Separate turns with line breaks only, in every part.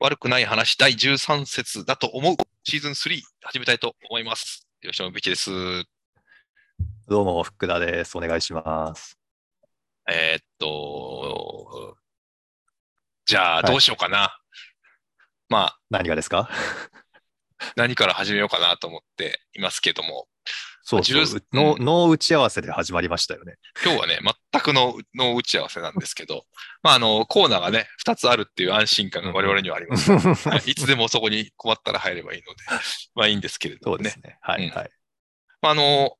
悪くない話第13節だと思うシーズン3始めたいと思います。よろしくお願いです。
どうも、福田です。お願いします。
えーっと、じゃあ
い
どうしようかな。まあ
何がですか
何から始めようかなと思っていますけども、
そうそう
10
の
う。ん
の打ち合わせで始まりまし たよね。
今日はね、全くのの打ち合わせなんですけど、まああの、コーナーがね、2つあるっていう安心感が我々にはあります。はいいつでもそこに困ったら入ればいいので、まあいいんですけれど
そ
も
うで
ね
す。ね。は
うん
い、はい。
まあ、あの、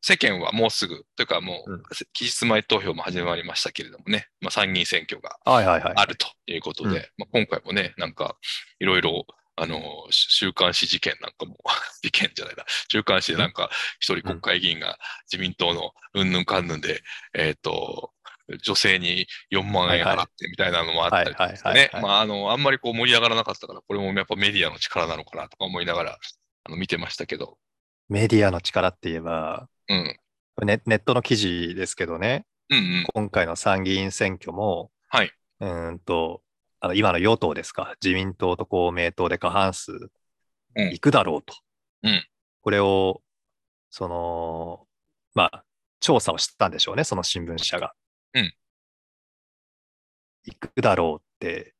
世間はもうすぐ、というかも
うん
う、せ期日前投票も始まりましたけれどもね、まあ、参議院選挙が
はい、はい、はい。
あるということで、
うん
まあ、今回もね、なんか、いろいろ、あの、し週刊誌事件なんかも、 事件じゃないな、週刊誌でなんか、一人国会議員が自民党のうんぬんかんぬんで、えっ、と、女性に4万円
は
払
いは
っ
い
てみたいなのもあったりとかして
はいはい
ね
はいは。い
まあ、あの、あんまりこう盛り上がらなかったから、これもやっぱメディアの力なのかなとか思いながら、あの、見てましたけど、
メディアの力って言えば、
うん。
ネネットの記事ですけどね、
うんうん。
今回の参議院選挙も、
はい。
うーんと、あの今の与党ですか、自民党と公明党で過半数
うん
いくだろうと。
うん
これを、その、まあ、調査をしたんでしょうね、その新聞社が。
うん
いくだろうって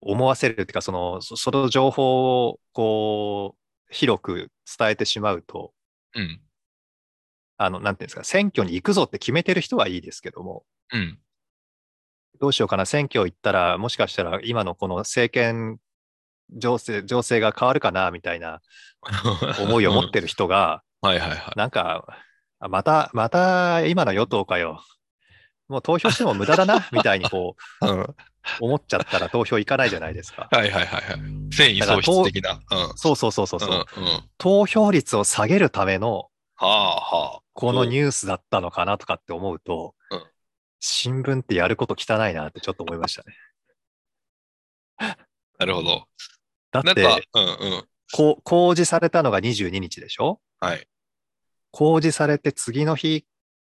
思わせるっていうか、その、そその情報を、こう、広く伝えてしまうと、
うん。
あの、なんていうんですか、選挙に行くぞって決めてる人はいいですけども、
うん。
どうしようかな、選挙行ったら、もしかしたら今のこの政権情勢情勢が変わるかなみたいな思いを持ってる人が、
うん。はいはいはい。
なんか、あまた、また今の与党かよ、もう投票しても無駄 だなみたいにこ
うんは
う思っちゃったら投票行かないじゃないですか。
いはいはいはい。繊維喪失的な。うん。
そうそうそうそうそう、
うんうん。は
投票率を下げるための
あはあ。
このニュースだったのかなとかって思うと、
うん
新聞ってやること汚いなってちょっと思いましたね。
なるほど。
だ
な
っ
んか
て、、
うんうん。
こう公示されたのが22日でしょ
はい。
公示されて次の日、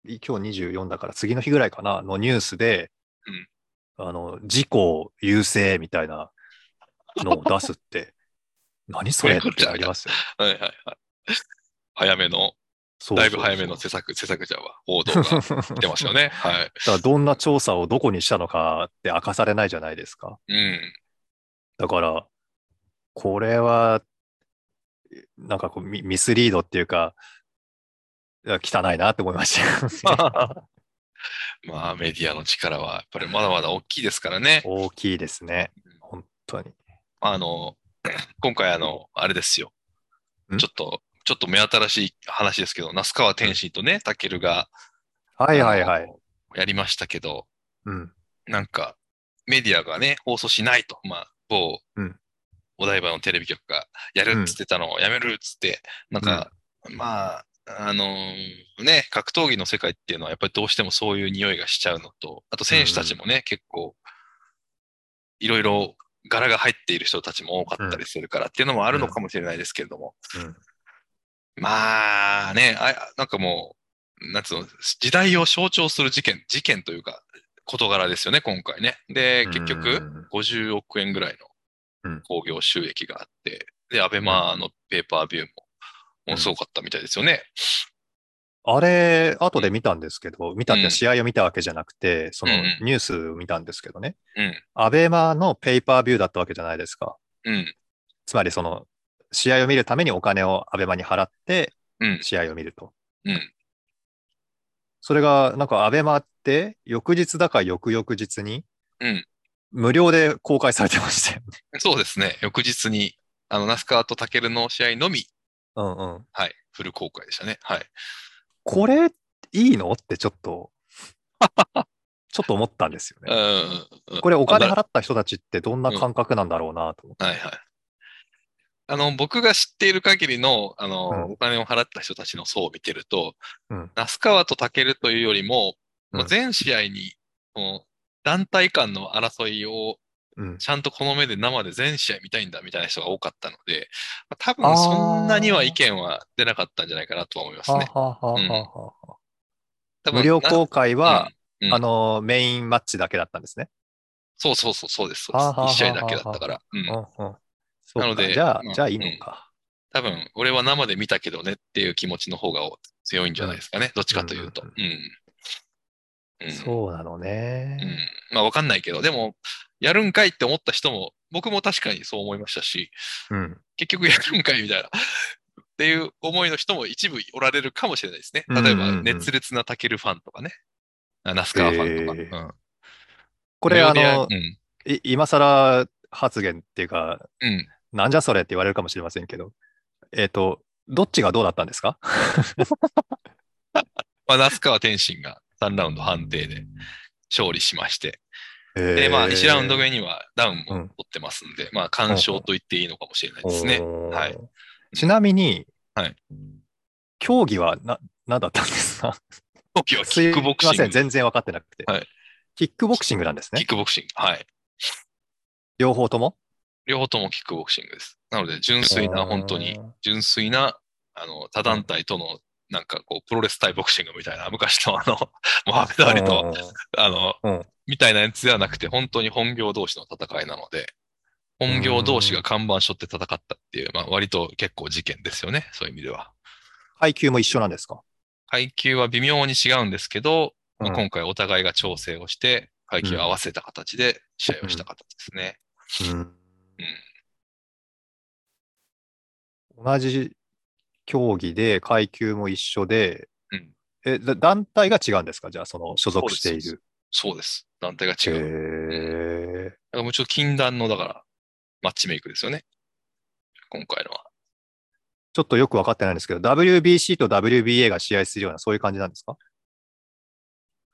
今日24だから次の日ぐらいかな、のニュースで、あの、事故優勢みたいなのを出すって、 何それってなりますよ。
はいはいはい。早めの、
そうそ
だ
う
い
そ
ぶ
う
早めの施策、施策じゃわ、報 道が出てますよね。はい。
だからどんな調査をどこにしたのかって明かされないじゃないですか。
うん。
だから、これは、なんかこうミミスリードっていうか、いや汚いなって思いましたよね。
まあ、メディアの力は、やっぱりまだまだ大きいですからね。
大きいですね。本当に。
あの、 今回あの、あれですよ。
ん
ちょっと、ちょっと目新しい話ですけど、那須川天心とね、たけるが、
はいはいはい。
やりましたけど、
うん。
なんか、メディアがね、放送しないと、まあ、某
うん、
お台場のテレビ局がやるっつってたのをやめるっつって、なんか、まあ、あのーね、格闘技の世界っていうのはやっぱりどうしてもそういう匂いがしちゃうのと、あと選手たちもね、結構、いろいろ柄が入っている人たちも多かったりするからっていうのもあるのかもしれないですけれども、
うん
まあね、あなんかもう、なんつうの、時代を象徴する事件、事件というか、事柄ですよね、今回ね。で、結
う
局、
ん
50億円ぐらいうの
ん
興行収益があって、で、アベマのペーパービューも、もうすごかったみたいですよね。
あれ、後で見たんですけど、見たっ
うん
て試合を見たわけじゃなくて、その
うんうん
ニュースを見たんですけどね、
うん
アベマのペーパービューだったわけじゃないですか。
うん、
つまり、その、試合を見るためにお金をアベマに払って
うん、
試合を見ると。
うん
それが、なんかアベマって、翌日だか翌々日に
うん、
無料で公開されて ましたよね。
そうですね、翌日に、あの、那須川とタケルの試合のみ、
うんうん。
はい、フル公開でしたね。はい。
これ、いいのってちょっと、 ちょっと思ったんですよね
うん。うん、うん
これお金
あな
払った人たちってどんな感覚なんだろうなと思って。
はいはい。あの、僕が知っている限りの、あの、
うん
お金を払った人たちの層を見てると、
うん
那須川とタケルというよりも、もう
うん
全試合に、もう団体間の争いを
うん
ちゃんとこの目で生で全試合見たいんだみたいな人が多かったので、まあ多分そんなには意見は出なかったんじゃないかなとは思います
は
ね。
あはあはあ
うん
はあはあ
多分
無料公開は、
うんうん
あの、メインマッチだけだったんですね。
そうそうそう、そうです。
はあはあはあはあ
1試合だけだったから。うん
うんうん。そう
な
か
ので
じゃあ
う、ん
じゃあいいのか。
多分、俺は生で見たけどねっていう気持ちの方が強いんじゃないですかね。どっちかというと。
うん
うん。うん
そうなのね。
うん。まあ、わかんないけど、でも、やるんかいって思った人も、僕も確かにそう思いましたし、
うん。
結局やるんかいみたいな。 っていう思いの人も一部おられるかもしれないですね。例え
うんうんう
ば、
ん
熱烈なタケルファンとかね。あナスカーファンとか。
えー
うん、
これ、
無料
あ
でや
の
う、ん。
い今更発言っていうか、
うん。
なんじゃそれって言われるかもしれませんけど、えっ、と、どっちがどうだったんですか
まあ、那須川天心が3ラウンド判定で勝利しまして、
え
で、まあ、1ラウンド
目
目にはダウンも
うん
取ってますんで、まあ、干渉と言っていいのかもしれないですね。はい
ちなみに、
はい
競技はな何だったんですか
時はキックボクシン
すいま
グ。
せん、全然分かってなくて、
はい
キックボクシングなんです
キ
ね
ッ。クボクシング。はい。
両方とも
両方ともキックボクシングです。なので、純粋な、本当に、。純粋な、あの、他団体との、なんかこう、プロレス対ボクシングみたいな、昔のあの、 モハメド・アリと、あの、
うん
みたいなやつではなくて、本当に本業同士の戦いなので、本業同士が看板背負って戦ったっていう、まあ割と結構事件ですよね、そういう意味では。
階級も一緒なんですか
階級は微妙に違うんですけど、まあ
うん
今回お互いが調整をして、階級を合わせた形で試合をした形ですね。
同じ競技で階級も一緒で、
うん
えだ団体が違うんですかじゃあ、その所属してい
そう
る。
そうです。団体が
へ
違う。だからもうちょっと禁断の、だから、マッチメイクですよね。今回のは。
ちょっとよく分かってないんですけど、WBC と WBA が試合するような、そういう感じなんですか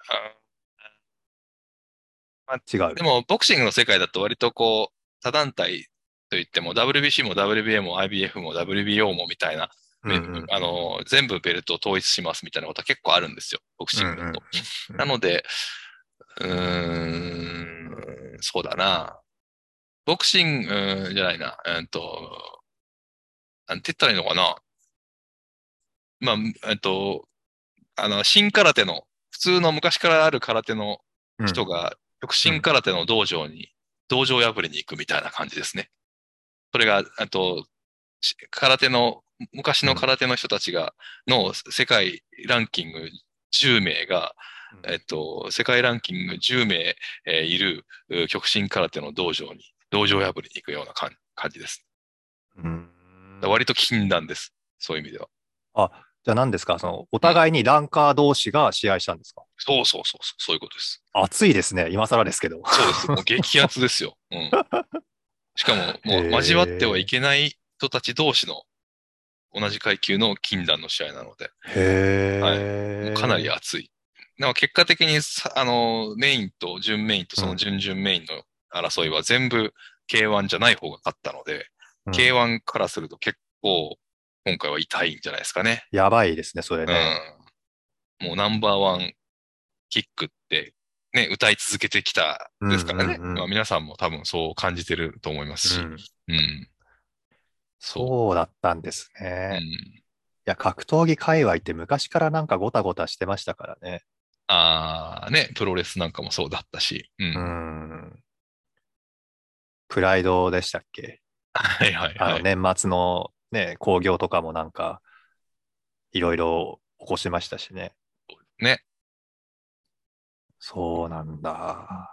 あ
違う。
でも、ボクシングの世界だと割とこう、他団体といっても、WBC も WBA も IBF も WBO もみたいな、
うんうん
あの、全部ベルトを統一しますみたいなことは結構あるんですよ、ボクシングだと。
うんうんうん
なので、うーん、そうだな。ボクシングうーんじゃないな、うんと、なんて言ったらいいのかな。まあ、えっと、あの、新空手の、普通の昔からある空手の
うん
人が、極真空手の道場に、道場破りに行くみたいな感じですね。それが、あと、し空手の、昔の空手の人たちが、の世界ランキング10名が、えっと、世界ランキング10名、えーいるう極真空手の道場に、道場破りに行くような感感じです。
うん
だから割と禁断です。そういう意味では。
じゃあ何ですかその、お互いにランカー同士が試合したんですか
そうそうそうそう、そういうことです。
熱いですね。今更ですけど。
そうです。もう激アツですよ。うん。し かも、も
へ
う
ー
交わってはいけない人たち同士の同じ階級の禁断の試合なので、
へえ。
かなり熱い。なお結果的にさ、あの、メインと準メインとその準々メインの争いは全部 K1 じゃない方が勝ったので、
うん
K1 からすると結構今回は痛いんじゃないですかね。
やばいですね、それね。
うん。もうナンバーワンキックって、ね、歌い続けてきたですからね。
うんうんうん
まあ、皆さんも多分そう感じてると思いますし。
うん
うん。そ
そうだったんです
う。
ね。
う
い
ん、
や、格闘技界隈って昔からなんかごたごたしてましたからね。
ああ、ね、プロレスなんかもそうだったし。うん。
う
は
ん。プライドでしたっけ
い はい
あ
は
の
い。
年末のね、興行とかもなんか、いろいろ起こしましたしね。
ね。
そうなんだ。